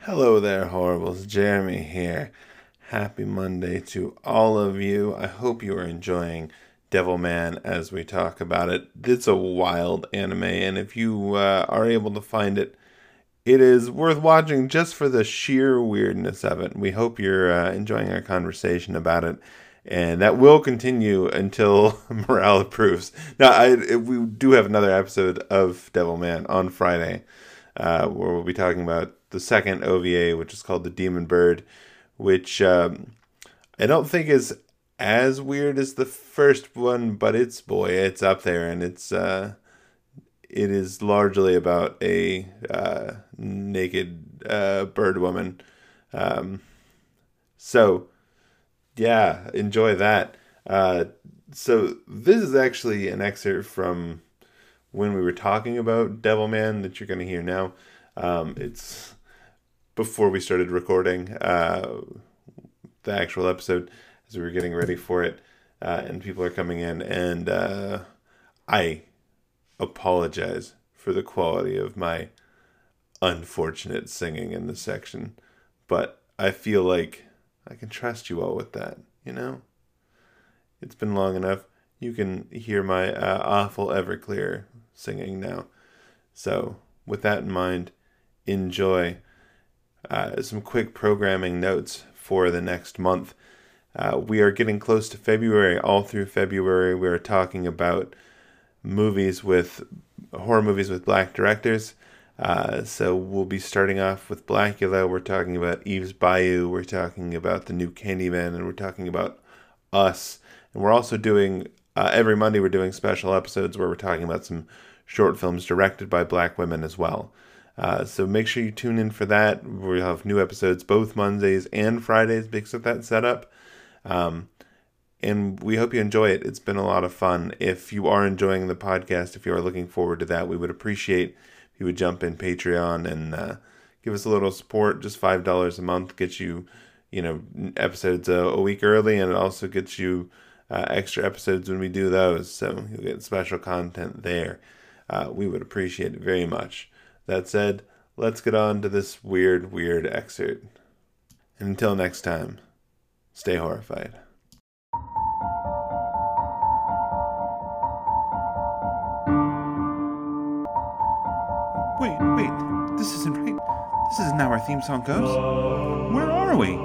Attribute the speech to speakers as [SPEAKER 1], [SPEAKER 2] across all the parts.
[SPEAKER 1] Hello there, horribles. Jeremy here. Happy Monday to all of you. I hope you are enjoying Devilman as we talk about it. It's a wild anime, and if you uh, are able to find it, it is worth watching just for the sheer weirdness of it. We hope you're uh, enjoying our conversation about it, and that will continue until morale approves. Now, I, it- we do have another episode of Devilman on Friday, uh, where we'll be talking about the second OVA, which is called The Demon Bird, which um, I don't think is as weird as the first one, but it's boy, it's up there, and it's. Uh, it is largely about a uh, naked uh, bird woman. Um, so, yeah, enjoy that. Uh, so, this is actually an excerpt from when we were talking about Devilman that you're going to hear now. Um, it's before we started recording uh, the actual episode as we were getting ready for it, uh, and people are coming in, and uh, I apologize for the quality of my unfortunate singing in this section, but I feel like I can trust you all with that, you know? It's been long enough. You can hear my uh, awful Everclear singing now. So, with that in mind, enjoy uh, some quick programming notes for the next month. Uh, we are getting close to February. All through February, we are talking about movies with horror movies with black directors. Uh, so we'll be starting off with Blackula. We're talking about Eve's Bayou. We're talking about the new Candyman, and we're talking about Us. And we're also doing uh, every Monday. We're doing special episodes where we're talking about some short films directed by black women as well. Uh, so make sure you tune in for that. We'll have new episodes both Mondays and Fridays because of that setup and we hope you enjoy it. It's been a lot of fun. If you are enjoying the podcast, if you are looking forward to that, we would appreciate if you would jump in Patreon and uh, give us a little support. Just five dollars a month gets you, you know, episodes uh, a, a week early, and it also gets you uh, extra episodes when we do those. So you'll get special content there. Uh, we would appreciate it very much. That said, let's get on to this weird, weird excerpt. And until next time, stay horrified.
[SPEAKER 2] Wait, wait, this isn't right. This isn't how our theme song goes. Where are we?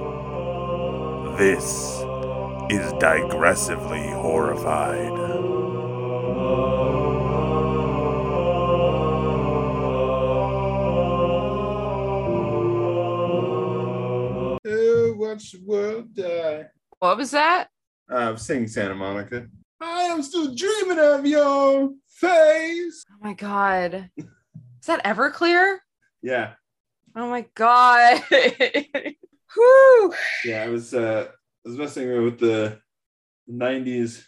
[SPEAKER 3] This is digressively horrified.
[SPEAKER 1] Who watch the world die?
[SPEAKER 4] What was that?
[SPEAKER 1] Uh, sing Santa Monica. I am still dreaming of your face.
[SPEAKER 4] Oh my god. Is that Everclear?
[SPEAKER 1] Yeah,
[SPEAKER 4] Oh my god. Whew.
[SPEAKER 1] yeah. I was uh, I was messing around with the '90s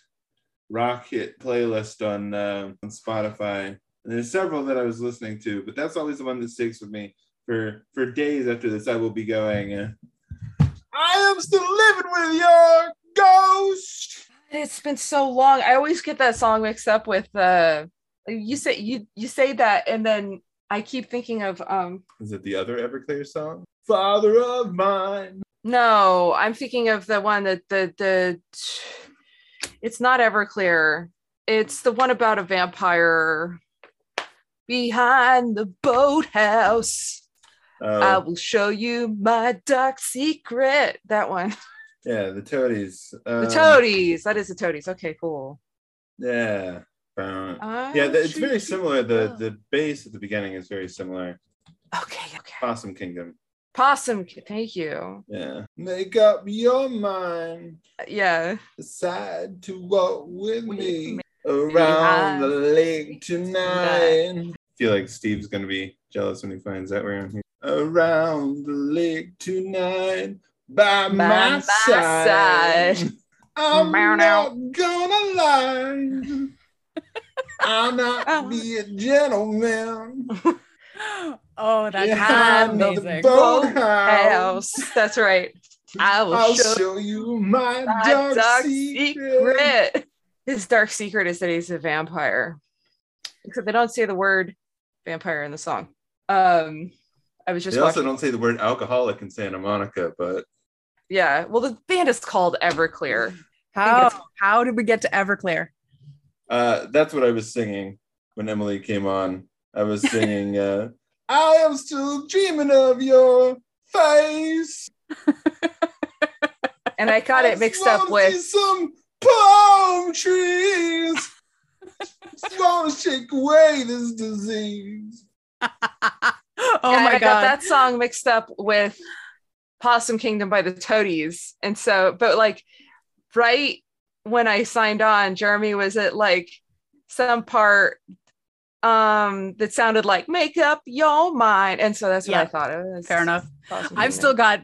[SPEAKER 1] rock hit playlist on uh, on Spotify, and there's several that I was listening to, but that's always the one that sticks with me for for days after this. I will be going. Uh, I am still living with your ghost.
[SPEAKER 4] It's been so long. I always get that song mixed up with uh you say you you say that and then I keep thinking of um
[SPEAKER 1] Is it the other Everclear song? Father of mine.
[SPEAKER 4] no, I'm thinking of the one that the the it's not Everclear. It's the one about a vampire behind the boathouse.
[SPEAKER 1] Oh.
[SPEAKER 4] I will show you my dark secret. That one.
[SPEAKER 1] Yeah, the toadies. Um,
[SPEAKER 4] the toadies. That is the toadies. Okay, cool.
[SPEAKER 1] Yeah. Um,
[SPEAKER 4] Oh, I
[SPEAKER 1] yeah,
[SPEAKER 4] will
[SPEAKER 1] th- it's
[SPEAKER 4] shoot
[SPEAKER 1] very
[SPEAKER 4] you
[SPEAKER 1] similar. The
[SPEAKER 4] down.
[SPEAKER 1] the base at the beginning is very similar.
[SPEAKER 4] Okay, okay.
[SPEAKER 1] Possum Kingdom.
[SPEAKER 4] Possum. Ki- Thank you.
[SPEAKER 1] Yeah. Make up your mind.
[SPEAKER 4] Uh, Yeah.
[SPEAKER 1] Decide to walk with
[SPEAKER 4] With
[SPEAKER 1] me
[SPEAKER 4] me.
[SPEAKER 1] around
[SPEAKER 4] Behind
[SPEAKER 1] the lake
[SPEAKER 4] tonight.
[SPEAKER 1] tonight. I feel like Steve's gonna be jealous when he finds out we're on here. Around the lake tonight, by,
[SPEAKER 4] By
[SPEAKER 1] my,
[SPEAKER 4] my
[SPEAKER 1] side.
[SPEAKER 4] side.
[SPEAKER 1] I'm
[SPEAKER 4] Meow, meow.
[SPEAKER 1] not gonna lie. I'm not be a gentleman.
[SPEAKER 5] Oh, that's
[SPEAKER 1] Yeah, another
[SPEAKER 5] amazing.
[SPEAKER 1] boat.
[SPEAKER 4] Oh,
[SPEAKER 1] Boathouse.
[SPEAKER 4] house. That's right. I will
[SPEAKER 1] I'll
[SPEAKER 4] show,
[SPEAKER 1] show you my,
[SPEAKER 4] you my
[SPEAKER 1] dark,
[SPEAKER 4] dark,
[SPEAKER 1] secret.
[SPEAKER 4] secret. His dark secret is that he's a vampire. Except they don't say the word vampire in the song. Um I was just
[SPEAKER 1] they also
[SPEAKER 4] watching-
[SPEAKER 1] don't say the word alcoholic in Santa Monica, but
[SPEAKER 4] yeah. Well, the band is called Everclear.
[SPEAKER 5] How how did we get to Everclear?
[SPEAKER 1] uh, that's what I was singing when Emily came on. I was singing, uh, I am still dreaming of your face.
[SPEAKER 4] And I got it mixed up with
[SPEAKER 1] some palm trees. Just wanna shake away this disease.
[SPEAKER 5] oh
[SPEAKER 4] and I
[SPEAKER 5] my
[SPEAKER 4] got
[SPEAKER 5] god.
[SPEAKER 4] that song mixed up with Possum Kingdom by the Toadies. And so, but like right when I signed on, Jeremy was at like some part um that sounded like make up your mind. And so that's what I
[SPEAKER 5] Yeah.
[SPEAKER 4] thought it was.
[SPEAKER 5] Fair enough.
[SPEAKER 4] Possum Kingdom.
[SPEAKER 5] I've still got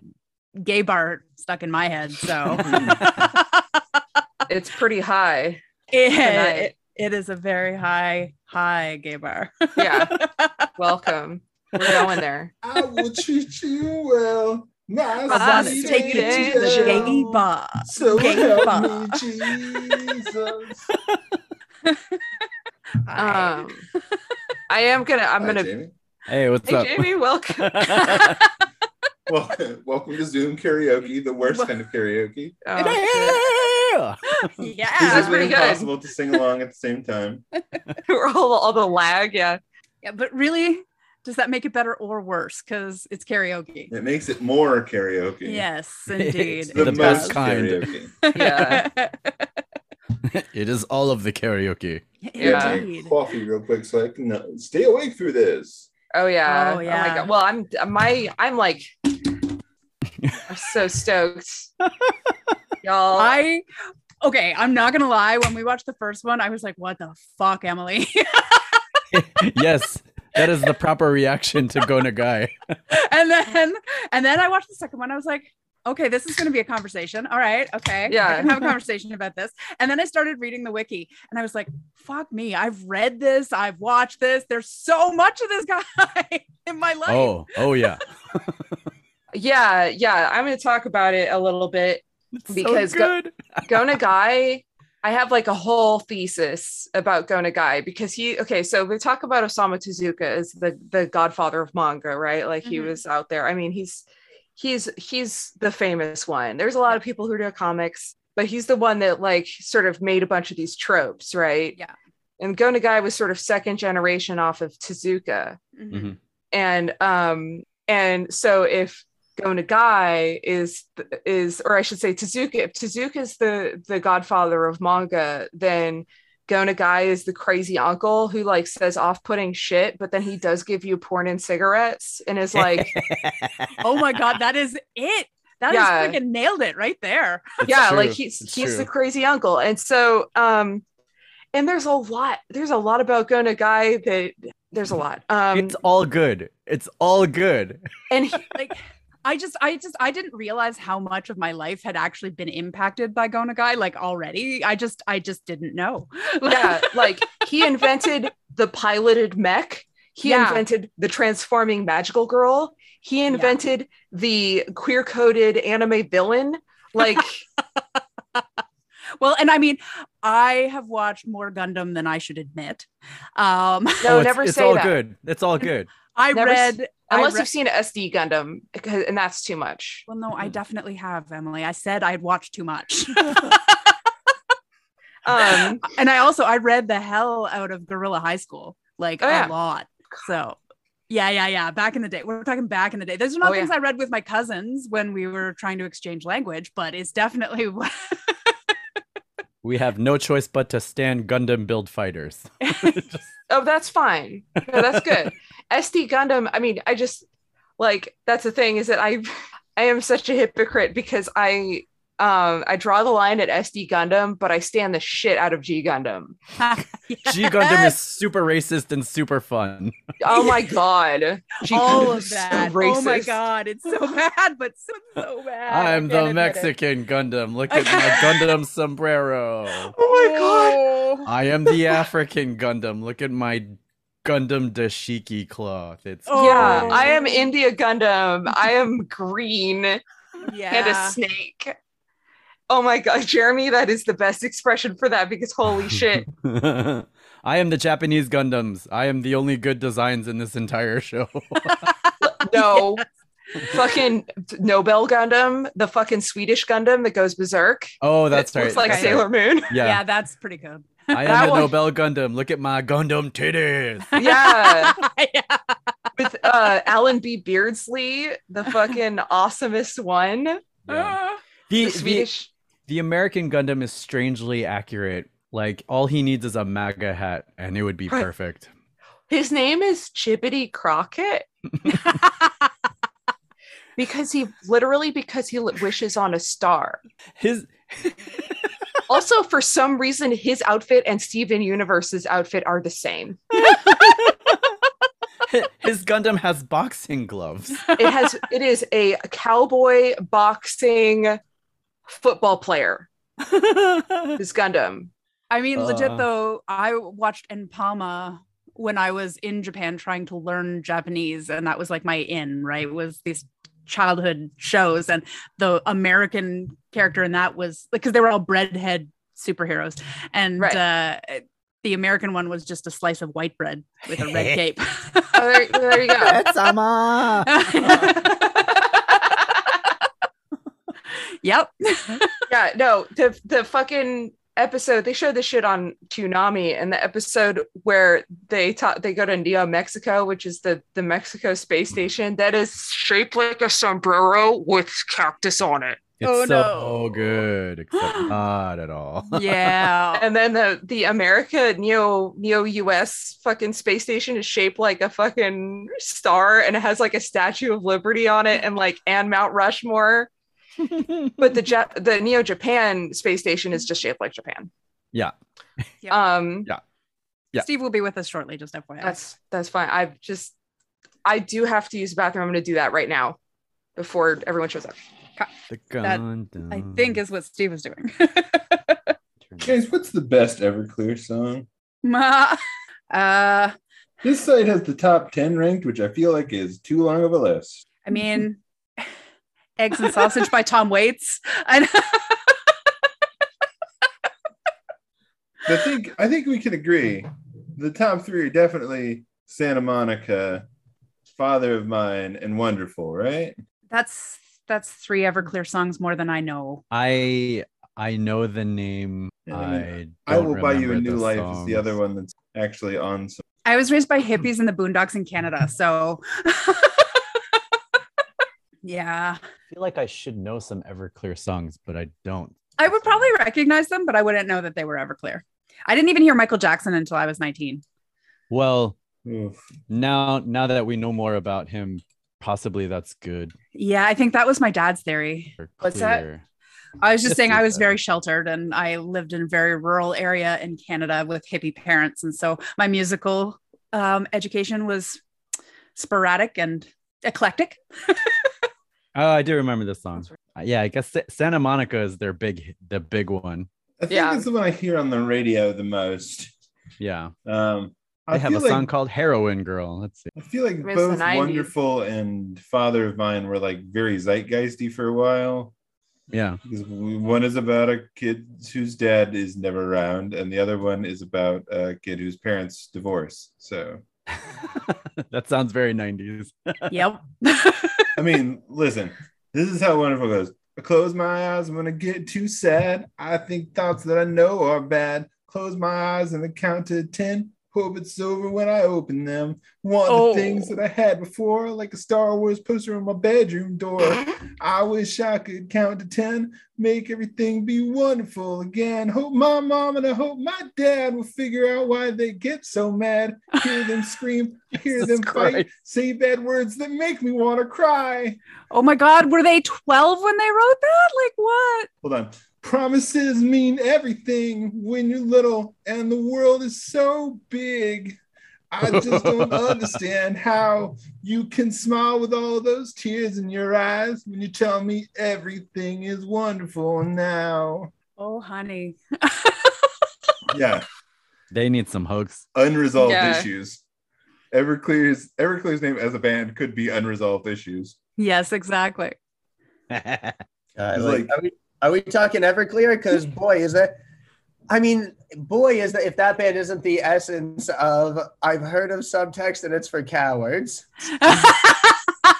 [SPEAKER 5] gay bar stuck in my head, so
[SPEAKER 4] it's pretty high.
[SPEAKER 5] Yeah,
[SPEAKER 4] Tonight.
[SPEAKER 5] it, it is a very high, high gay bar.
[SPEAKER 4] Yeah. Welcome. We're going there.
[SPEAKER 1] I will treat you well. My
[SPEAKER 4] I'll
[SPEAKER 5] Let's
[SPEAKER 4] sweet
[SPEAKER 5] take you to the
[SPEAKER 4] angel.
[SPEAKER 5] gay bar.
[SPEAKER 1] So
[SPEAKER 5] gay help bar. me,
[SPEAKER 1] Jesus.
[SPEAKER 5] Hi.
[SPEAKER 4] Um I am gonna I'm gonna
[SPEAKER 6] Hey, what's
[SPEAKER 4] Hey
[SPEAKER 6] up?
[SPEAKER 4] Jamie, welcome.
[SPEAKER 1] welcome, welcome to Zoom karaoke, the worst kind of karaoke.
[SPEAKER 4] Oh, shit.
[SPEAKER 6] Yeah.
[SPEAKER 1] These
[SPEAKER 4] That's
[SPEAKER 1] have
[SPEAKER 5] yeah.
[SPEAKER 1] been
[SPEAKER 4] pretty good.
[SPEAKER 1] impossible to sing along at the same time.
[SPEAKER 4] We're all, all the lag, yeah.
[SPEAKER 5] yeah, but really, does that make it better or worse? Because it's karaoke.
[SPEAKER 1] It makes it more karaoke.
[SPEAKER 5] Yes,
[SPEAKER 1] It's
[SPEAKER 5] indeed.
[SPEAKER 1] the
[SPEAKER 6] The
[SPEAKER 1] most
[SPEAKER 5] It
[SPEAKER 6] best kind.
[SPEAKER 1] karaoke.
[SPEAKER 5] does.
[SPEAKER 4] Yeah.
[SPEAKER 6] it is all of the karaoke.
[SPEAKER 1] Yeah.
[SPEAKER 4] Yeah.
[SPEAKER 1] I
[SPEAKER 5] Indeed.
[SPEAKER 1] drink coffee real quick so I can uh, stay awake through this.
[SPEAKER 4] Oh yeah.
[SPEAKER 5] Oh,
[SPEAKER 4] Oh, my
[SPEAKER 5] yeah.
[SPEAKER 4] god. Well, I'm my I'm like I'm so stoked. Y'all
[SPEAKER 5] I okay, I'm not gonna lie. When we watched the first one, I was like, what the fuck, Emily?
[SPEAKER 6] yes, that is the proper reaction to Go Nagai.
[SPEAKER 5] and then and then I watched the second one. I was like, okay, this is gonna be a conversation. All right, okay. I
[SPEAKER 4] Yeah.
[SPEAKER 5] can have a conversation about this. And then I started reading the wiki and I was like, fuck me. I've read this, I've watched this. There's so much of this guy in my life.
[SPEAKER 6] Oh, oh yeah.
[SPEAKER 4] yeah, yeah. I'm gonna talk about it a little bit.
[SPEAKER 6] It's
[SPEAKER 4] Because
[SPEAKER 6] so
[SPEAKER 4] Go-
[SPEAKER 6] good.
[SPEAKER 4] Gona Guy, I have like a whole thesis about Gona Guy because he okay, so we talk about Osamu Tezuka as the the godfather of manga, right? Like he
[SPEAKER 5] Mhm.
[SPEAKER 4] was out there. I mean, he's he's he's the famous one. There's a lot of people who do comics, but he's the one that like sort of made a bunch of these tropes, right?
[SPEAKER 5] Yeah.
[SPEAKER 4] And Go Nagai was sort of second generation off of Tezuka
[SPEAKER 5] Mhm.
[SPEAKER 4] and um and so if Go Nagai is is or I should say Tezuka if Tezuka is the the godfather of manga then Go Nagai is the crazy uncle who like says off-putting shit but then he does give you porn and cigarettes and is like
[SPEAKER 5] Oh my god, that is it. That is
[SPEAKER 4] Yeah.
[SPEAKER 5] freaking nailed it right there.
[SPEAKER 6] It's
[SPEAKER 4] yeah
[SPEAKER 6] true.
[SPEAKER 4] like he's
[SPEAKER 6] It's
[SPEAKER 4] he's the
[SPEAKER 6] true.
[SPEAKER 4] crazy uncle and so um and there's a lot there's a lot about Go Nagai that there's a lot um
[SPEAKER 6] it's all good. It's all good.
[SPEAKER 4] and he-
[SPEAKER 5] Like I just, I just, I didn't realize how much of my life had actually been impacted by Gonagai, like already. I just, I just didn't know.
[SPEAKER 4] yeah like he invented the piloted mech he
[SPEAKER 5] Yeah.
[SPEAKER 4] invented the transforming magical girl he invented the queer coded anime villain like
[SPEAKER 6] Oh,
[SPEAKER 5] Well, and I mean, I have watched more Gundam than I should admit. Um,
[SPEAKER 4] no
[SPEAKER 6] Oh, it's,
[SPEAKER 4] never
[SPEAKER 6] it's
[SPEAKER 4] say
[SPEAKER 6] all
[SPEAKER 4] that
[SPEAKER 6] good. It's all good.
[SPEAKER 5] I
[SPEAKER 4] Never s-
[SPEAKER 5] read, I
[SPEAKER 4] unless
[SPEAKER 5] re-
[SPEAKER 4] you've seen sd gundam because- and that's too much
[SPEAKER 5] well, no, I definitely have, Emily. I said I'd watched too much.
[SPEAKER 4] um
[SPEAKER 5] and I also, I read the hell out of Gorilla High School, like
[SPEAKER 4] Oh, yeah.
[SPEAKER 5] a lot. So, yeah, yeah, yeah. Back in the day, we're talking back in the day. Those are not
[SPEAKER 4] Oh,
[SPEAKER 5] things
[SPEAKER 4] yeah.
[SPEAKER 5] I read with my cousins when we were trying to exchange language, but it's definitely what
[SPEAKER 6] We have no choice but to stand Gundam build fighters. Just-
[SPEAKER 4] oh that's fine no, that's good sd gundam i mean i just like that's the thing is that i i am such a hypocrite because i um i draw the line at sd gundam but i stand the shit out of g gundam
[SPEAKER 6] G Gundam is super racist and super fun.
[SPEAKER 4] Oh my god. She
[SPEAKER 5] all
[SPEAKER 4] could've
[SPEAKER 5] of
[SPEAKER 4] so
[SPEAKER 5] that. oh my
[SPEAKER 4] racist.
[SPEAKER 5] god, it's so bad, but so, so bad. I
[SPEAKER 6] I'm
[SPEAKER 5] can't
[SPEAKER 6] the
[SPEAKER 5] admit it.
[SPEAKER 6] Mexican Gundam. Look at my Gundam sombrero.
[SPEAKER 4] Oh my god.
[SPEAKER 6] I am the African Gundam. Look at my Gundam dashiki cloth. It's
[SPEAKER 5] Oh.
[SPEAKER 4] Yeah,
[SPEAKER 6] great.
[SPEAKER 4] I am India Gundam. I am green and a
[SPEAKER 5] Oh, Yeah.
[SPEAKER 4] snake. Oh my god, Jeremy, that is the best expression for that because holy shit.
[SPEAKER 6] I am the Japanese Gundams. I am the only good designs in this entire show.
[SPEAKER 4] No. fucking Nobel Gundam, the fucking Swedish Gundam that goes berserk.
[SPEAKER 6] Oh, that's
[SPEAKER 4] it
[SPEAKER 6] right.
[SPEAKER 4] looks like
[SPEAKER 6] that's
[SPEAKER 4] Sailor Moon.
[SPEAKER 6] right.
[SPEAKER 5] Yeah.
[SPEAKER 6] Yeah.
[SPEAKER 5] that's pretty good.
[SPEAKER 6] I
[SPEAKER 4] That
[SPEAKER 6] am a
[SPEAKER 4] one-
[SPEAKER 6] Nobel Gundam. Look at my Gundam titties.
[SPEAKER 4] Yeah,
[SPEAKER 5] yeah.
[SPEAKER 4] with uh, Alan B. Beardsley, the fucking awesomest one.
[SPEAKER 5] Ah.
[SPEAKER 4] The
[SPEAKER 6] The, the,
[SPEAKER 4] Swedish.
[SPEAKER 6] the American Gundam is strangely accurate. Like all he needs is a MAGA hat and it would be
[SPEAKER 4] Right.
[SPEAKER 6] perfect.
[SPEAKER 4] His name is Chippity Crockett because he literally because he li- wishes on a star.
[SPEAKER 6] His
[SPEAKER 4] Also, for some reason, his outfit and Steven Universe's outfit are the same.
[SPEAKER 6] his Gundam has boxing gloves.
[SPEAKER 4] It has it is a cowboy boxing football player. This Gundam.
[SPEAKER 5] I mean, legit
[SPEAKER 6] Uh.
[SPEAKER 5] though, I watched Palma when I was in Japan trying to learn Japanese, and that was like my in, right? Was these childhood shows, and the American character in that was because they were all breadhead superheroes, and
[SPEAKER 4] Right.
[SPEAKER 5] uh, the American one was just a slice of white bread with a red cape.
[SPEAKER 4] Oh, there, there you go.
[SPEAKER 6] Sama.
[SPEAKER 5] yep.
[SPEAKER 4] yeah, no, the the fucking episode they showed this shit on Toonami and the episode where they taught they go to Neo Mexico, which is the the Mexico space station that is shaped like a sombrero with cactus on it.
[SPEAKER 6] It's
[SPEAKER 5] Oh,
[SPEAKER 6] so
[SPEAKER 5] no.
[SPEAKER 6] good, except not at all.
[SPEAKER 5] Yeah.
[SPEAKER 4] And then the the America Neo Neo US fucking space station is shaped like a fucking star and it has like a Statue of Liberty on it and like and Mount Rushmore. but the ja- the Neo Japan space station is just shaped like Japan.
[SPEAKER 6] Yeah.
[SPEAKER 5] Yeah.
[SPEAKER 4] Um
[SPEAKER 6] Yeah.
[SPEAKER 5] Steve will be with us shortly, just FYI.
[SPEAKER 4] that's that's fine. I've just I do have to use the bathroom. I'm gonna do that right now before everyone shows up.
[SPEAKER 6] The
[SPEAKER 5] That,
[SPEAKER 6] Gundam.
[SPEAKER 5] I think is what Steve was doing.
[SPEAKER 1] Guys, what's the best Everclear song?
[SPEAKER 5] Ma- uh,
[SPEAKER 1] This site has the top 10 ranked, which I feel like is too long of a list.
[SPEAKER 5] I mean, Eggs and Sausage by Tom Waits. And
[SPEAKER 1] I think I think we can agree. The top three are definitely Santa Monica, Father of Mine, and Wonderful, right?
[SPEAKER 5] that's that's three Everclear songs more than I know.
[SPEAKER 6] I I know the name.
[SPEAKER 1] Yeah, I
[SPEAKER 6] I,
[SPEAKER 1] mean, I
[SPEAKER 6] don't
[SPEAKER 1] Will Buy You a
[SPEAKER 6] remember
[SPEAKER 1] New
[SPEAKER 6] the
[SPEAKER 1] Life is
[SPEAKER 6] songs.
[SPEAKER 1] the other one that's actually on some.
[SPEAKER 5] I was raised by hippies in the boondocks in Canada, so yeah.
[SPEAKER 6] I feel like I should know some Everclear songs, but I don't.
[SPEAKER 5] I would probably recognize them, but I wouldn't know that they were Everclear. I didn't even hear Michael Jackson until I was 19.
[SPEAKER 6] Well,
[SPEAKER 1] Oof.
[SPEAKER 6] now now that we know more about him, possibly that's good.
[SPEAKER 5] Yeah, I think that was my dad's theory.
[SPEAKER 6] or
[SPEAKER 4] What's that?
[SPEAKER 6] clear.
[SPEAKER 5] I was just saying I was
[SPEAKER 6] Yeah.
[SPEAKER 5] very sheltered and I lived in a very rural area in Canada with hippie parents. And so my musical um, education was sporadic and eclectic.
[SPEAKER 6] Oh, I do remember this song. Uh, Yeah, I guess Sa- Santa Monica is their big the big one.
[SPEAKER 1] I think
[SPEAKER 4] Yeah.
[SPEAKER 1] it's the one I hear on the radio the most.
[SPEAKER 6] Yeah,
[SPEAKER 1] Um,
[SPEAKER 6] they
[SPEAKER 1] I
[SPEAKER 6] have a
[SPEAKER 1] feel like-
[SPEAKER 6] song called "Heroin Girl." Let's see.
[SPEAKER 1] I feel like
[SPEAKER 4] It was the
[SPEAKER 1] both
[SPEAKER 4] 90s.
[SPEAKER 1] Wonderful and Father of Mine were like very zeitgeisty for a while.
[SPEAKER 6] Yeah,
[SPEAKER 1] Because one is about a kid whose dad is never around, and the other one is about a kid whose parents divorce. So,
[SPEAKER 6] that sounds very '90s.
[SPEAKER 5] yep.
[SPEAKER 1] I mean, listen, this is how wonderful goes. I close my eyes when I get too sad. I think thoughts that I know are bad. Close my eyes and I count to 10. Hope it's over when I open them. Want
[SPEAKER 5] Oh.
[SPEAKER 1] the things that I had before, like a Star Wars poster on my bedroom door. I wish I could count to 10, make everything be wonderful again. Hope my mom and I hope my dad will figure out why they get so mad. Hear them scream, hear
[SPEAKER 6] Jesus
[SPEAKER 1] them fight,
[SPEAKER 6] Christ.
[SPEAKER 1] say bad words that make me want to cry.
[SPEAKER 5] Oh my God, were they 12 when they wrote that? Like what?
[SPEAKER 1] Hold on. Promises mean everything when you're little, and the world is so big. I just don't understand how you can smile with all those tears in your eyes when you tell me everything is wonderful now.
[SPEAKER 5] Oh, honey.
[SPEAKER 1] Yeah,
[SPEAKER 6] They need some hooks.
[SPEAKER 1] unresolved
[SPEAKER 4] Yeah.
[SPEAKER 1] issues. Everclear's Everclear's name as a band could be unresolved issues.
[SPEAKER 5] Yes, exactly.
[SPEAKER 7] God,
[SPEAKER 1] It's
[SPEAKER 7] like,
[SPEAKER 1] like-
[SPEAKER 7] are, we, are we talking Everclear? Because boy, is that. I mean, boy, is that if that band isn't the essence of I've heard of subtext and it's for cowards.
[SPEAKER 4] Uh,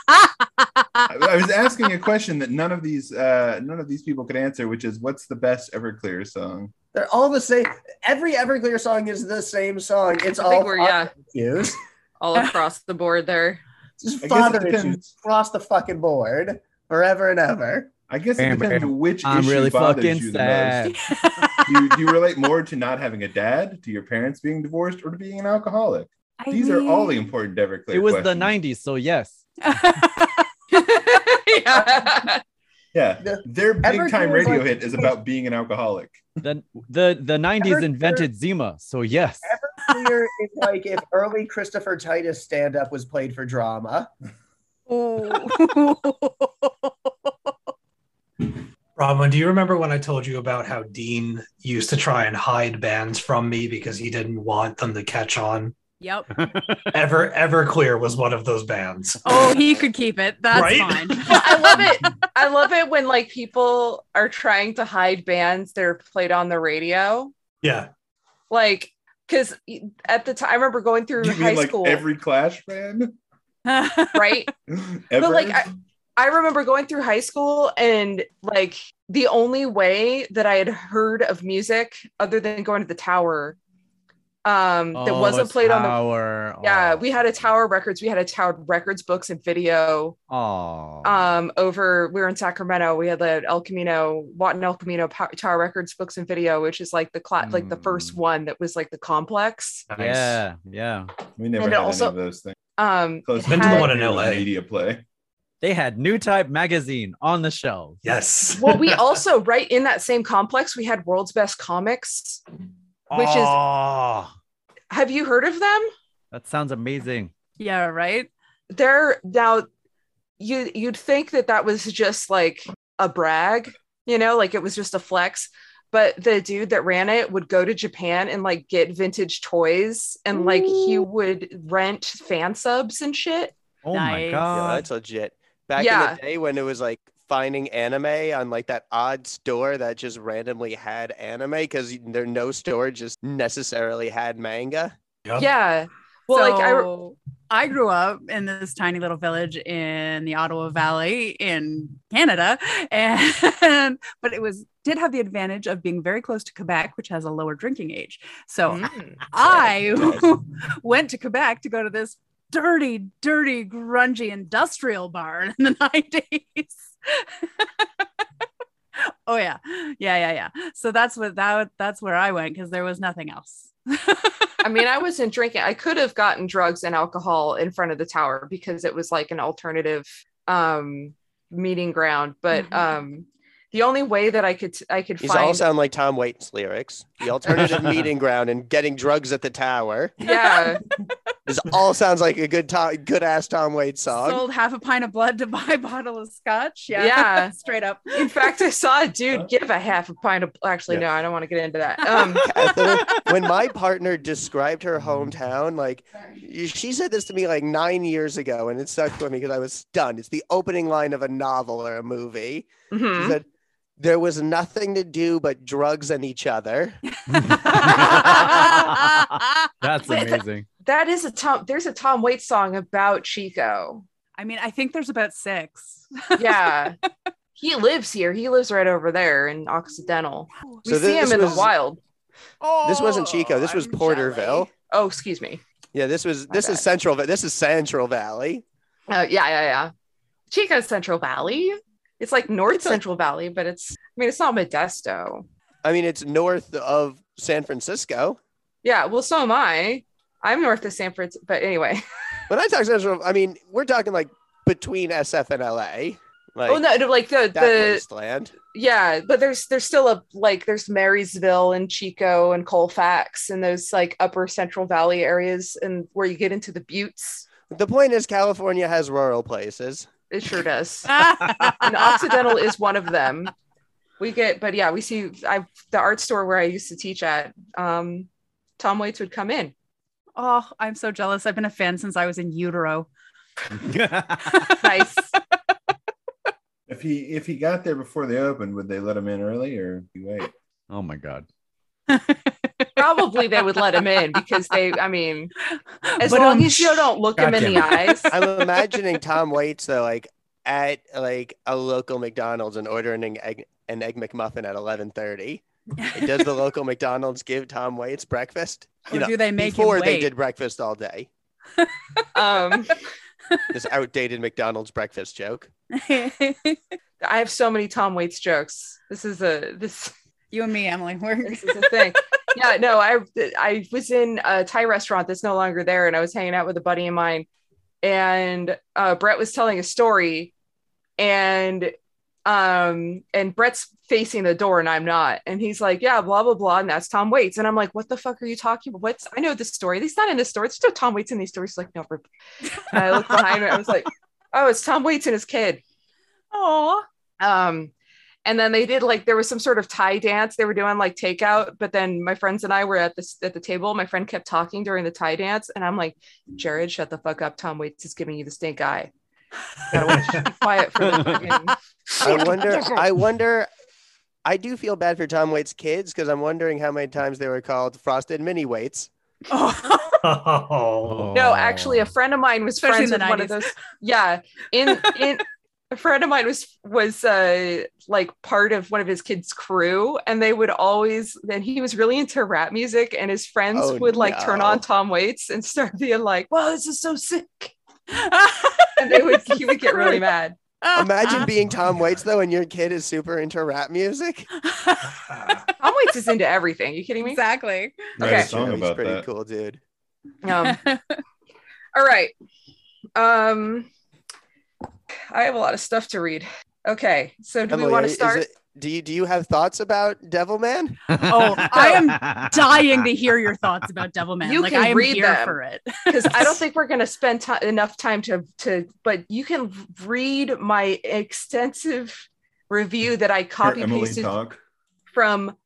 [SPEAKER 8] I I was asking a question that none of these uh, none of these people could answer, which is what's the best Everclear song?
[SPEAKER 9] They're all the same. Every Everclear song is the same song. It's
[SPEAKER 4] I
[SPEAKER 9] all
[SPEAKER 4] think we're yeah,
[SPEAKER 9] issues.
[SPEAKER 4] all across the board there.
[SPEAKER 9] Just
[SPEAKER 8] I guess it
[SPEAKER 9] father
[SPEAKER 8] depends.
[SPEAKER 9] issues across the fucking board forever and ever.
[SPEAKER 8] I guess it
[SPEAKER 6] Bam,
[SPEAKER 8] depends
[SPEAKER 6] bam.
[SPEAKER 8] which
[SPEAKER 6] I'm
[SPEAKER 8] issue
[SPEAKER 6] really
[SPEAKER 8] bothers
[SPEAKER 6] fucking
[SPEAKER 8] you the
[SPEAKER 6] sad.
[SPEAKER 8] most. Do you, do you relate more to not having a dad, to your parents being divorced, or to being an alcoholic?
[SPEAKER 5] I
[SPEAKER 8] These are all the
[SPEAKER 5] mean-
[SPEAKER 8] important Everclear.
[SPEAKER 6] It was the
[SPEAKER 8] questions.
[SPEAKER 6] 90s, so yes.
[SPEAKER 4] yeah.
[SPEAKER 8] Yeah,
[SPEAKER 9] The-
[SPEAKER 8] their big time
[SPEAKER 9] Everclear is
[SPEAKER 8] radio
[SPEAKER 9] like-
[SPEAKER 8] hit is about being an alcoholic.
[SPEAKER 6] The the the 90s
[SPEAKER 9] Ever-
[SPEAKER 6] invented Zima, so yes.
[SPEAKER 9] Everclear is like if early Christopher Titus stand up was played for drama.
[SPEAKER 10] Rama, do you remember when I told you about how Dean used to try and hide bands from me because he didn't want them to catch on?
[SPEAKER 5] yep.
[SPEAKER 10] Ever Everclear was one of those bands.
[SPEAKER 5] Oh, he could keep it. That's
[SPEAKER 10] Right?
[SPEAKER 5] fine.
[SPEAKER 4] I love it. I love it when like people are trying to hide bands that are played on the radio.
[SPEAKER 10] Yeah.
[SPEAKER 4] Like, because at the time, I remember going through
[SPEAKER 8] You
[SPEAKER 4] high
[SPEAKER 8] mean like
[SPEAKER 4] school,
[SPEAKER 8] every Clash fan?
[SPEAKER 4] right?
[SPEAKER 8] Ever?
[SPEAKER 4] like, I- I remember going through high school and like the only way that I had heard of music other than going to the tower um that wasn't played on the
[SPEAKER 6] Oh, tower.
[SPEAKER 4] yeah, we had a Tower Records. We had a Tower Records books and video.
[SPEAKER 6] Oh.
[SPEAKER 4] Um, over we were in Sacramento. We had the El Camino, Watton El Camino Pow- Tower Records books and video, which is like the cla- like the first
[SPEAKER 6] Mm.
[SPEAKER 4] one that was like the complex.
[SPEAKER 10] Nice.
[SPEAKER 6] yeah, yeah.
[SPEAKER 8] we never
[SPEAKER 4] and
[SPEAKER 8] had
[SPEAKER 4] it also-
[SPEAKER 8] any of those things.
[SPEAKER 4] Um,
[SPEAKER 8] Close
[SPEAKER 10] Been to the
[SPEAKER 4] had-
[SPEAKER 10] one in LA.
[SPEAKER 8] Media play.
[SPEAKER 6] They had New Type magazine on the shelf.
[SPEAKER 10] Yes.
[SPEAKER 4] well, we also right in that same complex we had World's Best Comics. Which is-
[SPEAKER 6] oh,
[SPEAKER 4] Have you heard of them?
[SPEAKER 6] that sounds amazing.
[SPEAKER 5] yeah, right.
[SPEAKER 4] they're now you you'd think that that was just like a brag you know like it was just a flex but the dude that ran it would go to japan and like get vintage toys and like he would rent fan subs and shit
[SPEAKER 6] Oh my
[SPEAKER 5] Nice.
[SPEAKER 7] Yeah,
[SPEAKER 6] god.
[SPEAKER 7] that's legit. Back
[SPEAKER 4] Um, Yeah.
[SPEAKER 7] in the day when it was like finding anime on like that odd store that just randomly had anime because there no store just necessarily had manga.
[SPEAKER 10] Yep.
[SPEAKER 4] yeah well like i re-
[SPEAKER 5] So, I grew up in this tiny little village in the Ottawa Valley in Canada, and but it was did have the advantage of being very close to Quebec, which has a lower drinking age. So
[SPEAKER 4] Mm,
[SPEAKER 5] I went to Quebec to go to this dirty, dirty, grungy industrial bar in the 90s. oh yeah. Yeah, yeah, yeah. So that's what that that's where I went because there was nothing else.
[SPEAKER 4] i mean i wasn't drinking i could have gotten drugs and alcohol in front of the tower because it was like an alternative um meeting ground but
[SPEAKER 5] Mhm.
[SPEAKER 4] um the only way that i could i could
[SPEAKER 7] These
[SPEAKER 4] find
[SPEAKER 7] all sound like Tom Waits lyrics. The alternative meeting ground and getting drugs at the tower.
[SPEAKER 4] yeah
[SPEAKER 7] This all sounds like a good to- good ass Tom Waits song.
[SPEAKER 5] Sold half a pint of blood to buy a bottle of scotch. Yeah.
[SPEAKER 4] Yeah.
[SPEAKER 5] Straight up.
[SPEAKER 4] In fact, I saw a dude give a half a pint of. Actually, no, I don't want to get into that. Um,
[SPEAKER 7] Catherine, when my partner described her hometown, like she said this to me like nine years ago, and it stuck with me because I was stunned. It's the opening line of a novel or a movie. She
[SPEAKER 4] mhm.
[SPEAKER 7] said, There was nothing to do but drugs and each other.
[SPEAKER 5] I
[SPEAKER 6] That's amazing.
[SPEAKER 4] that is a Tom. There's a Tom Waits song about Chico.
[SPEAKER 5] mean, I think there's about six.
[SPEAKER 4] Yeah, he lives here. He lives right over there in Occidental. We
[SPEAKER 7] So
[SPEAKER 4] see
[SPEAKER 7] this
[SPEAKER 4] him in the
[SPEAKER 7] was-
[SPEAKER 4] wild.
[SPEAKER 7] This wasn't Chico, this was
[SPEAKER 5] Oh, I'm
[SPEAKER 7] Porterville.
[SPEAKER 5] jelly.
[SPEAKER 4] Oh, excuse me.
[SPEAKER 7] Yeah, this was
[SPEAKER 4] My
[SPEAKER 7] this is
[SPEAKER 4] bad.
[SPEAKER 7] Central Va- this is Central Valley.
[SPEAKER 4] Uh, yeah, yeah, yeah. Chico's Central Valley. It's like North Central Valley, but it's. I mean, it's not Modesto.
[SPEAKER 7] I mean, it's north of San Francisco.
[SPEAKER 4] Yeah. Well, so am I. I'm north of San Francisco, but anyway.
[SPEAKER 7] When I talk Central, I mean, we're talking like between SF and LA. Like
[SPEAKER 4] oh no, no, like the
[SPEAKER 7] that
[SPEAKER 4] the
[SPEAKER 7] wasteland.
[SPEAKER 4] yeah but there's there's still a like there's marysville and chico and colfax and those like upper central valley areas and where you get into the buttes
[SPEAKER 7] The point is, California has rural places.
[SPEAKER 4] it sure does and occidental is one of them we get but yeah we see i the art store where i used to teach at um tom waits would come in
[SPEAKER 5] Oh, I'm so jealous. I've been a fan since I was in utero.
[SPEAKER 4] nice
[SPEAKER 8] If he if he got there before they opened, would they let him in early or you wait?
[SPEAKER 6] oh my god.
[SPEAKER 4] Probably they would let him in because they, I mean, as long
[SPEAKER 5] um,
[SPEAKER 4] as you don't look him in the eyes.
[SPEAKER 7] I'm imagining Tom waits though, like at like a local McDonald's and ordering an egg, an egg McMuffin at 11:30. Does the local McDonald's give Tom Waits breakfast?
[SPEAKER 4] Oh,
[SPEAKER 5] Or do they make him
[SPEAKER 7] before they
[SPEAKER 5] wait?
[SPEAKER 7] did breakfast all day?
[SPEAKER 4] Um,
[SPEAKER 7] This outdated McDonald's breakfast joke.
[SPEAKER 4] I have so many Tom Waits jokes. This is a this
[SPEAKER 5] you and me, Emily. We're
[SPEAKER 4] this is a thing. yeah, no, I I was in a Thai restaurant that's no longer there, and I was hanging out with a buddy of mine, and uh, Brett was telling a story, and um and Brett's facing the door and I'm not, and he's like, yeah, blah blah blah, and that's Tom Waits, and I'm like, what the fuck are you talking? about? What's I know this story. He's not in this story. It's no Tom Waits in these stories. He's like, no. rip. And I looked behind me. I was like, oh, it's Tom Waits and his kid.
[SPEAKER 5] Aw.
[SPEAKER 4] Um, and then they did like there was some sort of Thai dance they were doing like takeout. But then my friends and I were at this at the table. My friend kept talking during the Thai dance, and I'm like, Jared, shut the fuck up. Tom Waits is giving you the stink eye. Gotta watch- be quiet for the fucking-
[SPEAKER 7] I wonder. I wonder. I do feel bad for Tom Waits' kids because I'm wondering how many times they were called Frosted Mini Waits.
[SPEAKER 10] Oh.
[SPEAKER 4] No, actually, a friend of mine was
[SPEAKER 5] Especially in
[SPEAKER 4] friends with
[SPEAKER 5] the
[SPEAKER 4] one of
[SPEAKER 5] 90s.
[SPEAKER 4] those. Yeah, in in a friend of mine was was uh like part of one of his kids' crew, and they would always. Then he was really into rap music, and his friends
[SPEAKER 7] Oh,
[SPEAKER 4] would like turn on
[SPEAKER 7] no.
[SPEAKER 4] Tom Waits and start being like, "Wow, this is so sick," and they would he would get really mad.
[SPEAKER 5] Uh,
[SPEAKER 7] Imagine being Tom Waits though, and your kid is super into rap music.
[SPEAKER 10] Oh
[SPEAKER 4] Tom Waits is into everything. you kidding me?
[SPEAKER 5] exactly.
[SPEAKER 1] Write
[SPEAKER 4] Okay.
[SPEAKER 1] a song
[SPEAKER 7] He's
[SPEAKER 1] about
[SPEAKER 7] pretty
[SPEAKER 1] that.
[SPEAKER 7] cool, dude.
[SPEAKER 4] Um, all right. Um, I have a lot of stuff to read. Okay, so do we
[SPEAKER 7] Emily,
[SPEAKER 4] want to
[SPEAKER 7] is
[SPEAKER 4] start?
[SPEAKER 7] it- do you do you have thoughts about Devil Man?
[SPEAKER 5] Oh, I am dying
[SPEAKER 6] Oh,
[SPEAKER 5] to hear your thoughts about Devilman.
[SPEAKER 4] You
[SPEAKER 5] like
[SPEAKER 4] can
[SPEAKER 5] I am
[SPEAKER 4] read
[SPEAKER 5] here
[SPEAKER 4] them.
[SPEAKER 5] for it.
[SPEAKER 4] because I don't think we're going to spend ti- enough time to to. But you can read my extensive review that I
[SPEAKER 1] Hear
[SPEAKER 4] copy
[SPEAKER 1] Emily
[SPEAKER 4] pasted
[SPEAKER 1] talk.
[SPEAKER 4] from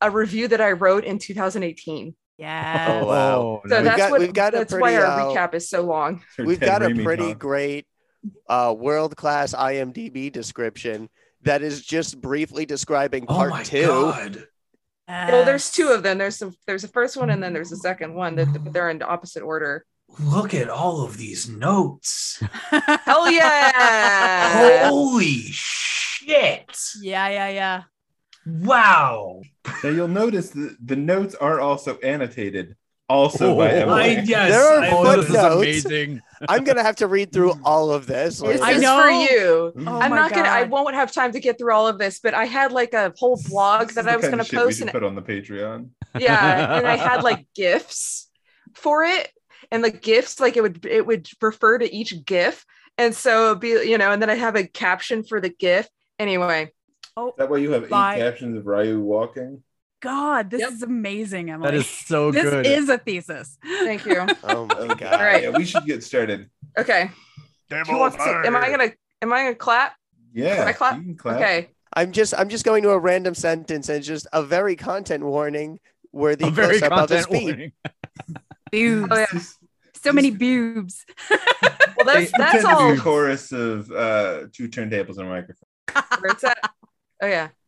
[SPEAKER 4] a review that I wrote in 2018.
[SPEAKER 5] Yes.
[SPEAKER 7] Oh, wow.
[SPEAKER 4] So
[SPEAKER 7] We've
[SPEAKER 4] that's
[SPEAKER 7] got-
[SPEAKER 4] what
[SPEAKER 7] we've got a
[SPEAKER 4] that's why our
[SPEAKER 7] pretty, uh,
[SPEAKER 4] recap is so long.
[SPEAKER 1] Hear
[SPEAKER 7] We've
[SPEAKER 1] Ted
[SPEAKER 7] got a
[SPEAKER 1] Raimi
[SPEAKER 7] pretty
[SPEAKER 1] talk.
[SPEAKER 7] great uh, world class IMDb description that is just briefly describing
[SPEAKER 10] Oh
[SPEAKER 7] part
[SPEAKER 10] my
[SPEAKER 7] two.
[SPEAKER 10] god.
[SPEAKER 4] Well, there's two of them. There's the there's the first one and then there's the second one that but they're in opposite order.
[SPEAKER 10] Look at all of these notes.
[SPEAKER 4] Hell yeah!
[SPEAKER 10] Holy shit.
[SPEAKER 5] Yeah, yeah, yeah.
[SPEAKER 10] Wow.
[SPEAKER 1] Now you'll notice the, the notes are also annotated, also by
[SPEAKER 6] Oh.
[SPEAKER 1] Emily.
[SPEAKER 10] I yes.
[SPEAKER 7] There are
[SPEAKER 10] I
[SPEAKER 7] Oh, this
[SPEAKER 10] love
[SPEAKER 6] this
[SPEAKER 7] is
[SPEAKER 6] is
[SPEAKER 10] that.
[SPEAKER 7] footnotes.
[SPEAKER 6] amazing.
[SPEAKER 7] I'm gonna have to read through all of this.
[SPEAKER 4] This
[SPEAKER 5] I
[SPEAKER 4] is
[SPEAKER 5] know.
[SPEAKER 4] for you.
[SPEAKER 5] Oh
[SPEAKER 4] I'm
[SPEAKER 5] my
[SPEAKER 4] not gonna. I
[SPEAKER 5] God.
[SPEAKER 4] won't have time to get through all of this, but I had like a whole blog
[SPEAKER 1] This is
[SPEAKER 4] that
[SPEAKER 1] the
[SPEAKER 4] I was
[SPEAKER 1] kind of
[SPEAKER 4] gonna
[SPEAKER 1] shit
[SPEAKER 4] post,
[SPEAKER 1] We
[SPEAKER 4] and
[SPEAKER 1] should put on the Patreon.
[SPEAKER 4] yeah and i had like gifts for it and the gifts like it would it would refer to each gif and so it'd be you know and then i have a caption for the gif anyway
[SPEAKER 1] That way you have eight
[SPEAKER 5] Bye.
[SPEAKER 1] captions of Ryu walking.
[SPEAKER 5] God, this
[SPEAKER 4] Yep.
[SPEAKER 5] is amazing, Emily.
[SPEAKER 6] That is so
[SPEAKER 5] this
[SPEAKER 6] good.
[SPEAKER 5] is a thesis.
[SPEAKER 4] thank you
[SPEAKER 7] Oh my god!
[SPEAKER 4] All right.
[SPEAKER 1] Yeah, we should get started.
[SPEAKER 4] okay Who wants to- am i gonna am i gonna clap
[SPEAKER 1] Yeah.
[SPEAKER 4] Can I clap?
[SPEAKER 1] You can clap.
[SPEAKER 4] okay
[SPEAKER 7] I'm just I'm just going to a random sentence and it's just a very content warning worthy
[SPEAKER 6] a very
[SPEAKER 7] close up of his
[SPEAKER 6] content
[SPEAKER 7] feet.
[SPEAKER 6] warning.
[SPEAKER 5] Boobs.
[SPEAKER 4] Oh, yeah.
[SPEAKER 5] So many boobs.
[SPEAKER 4] well that's
[SPEAKER 1] They pretend
[SPEAKER 4] that's
[SPEAKER 1] to
[SPEAKER 4] all
[SPEAKER 1] do chorus of uh, two turntables and a microphone.
[SPEAKER 4] where it's at. oh yeah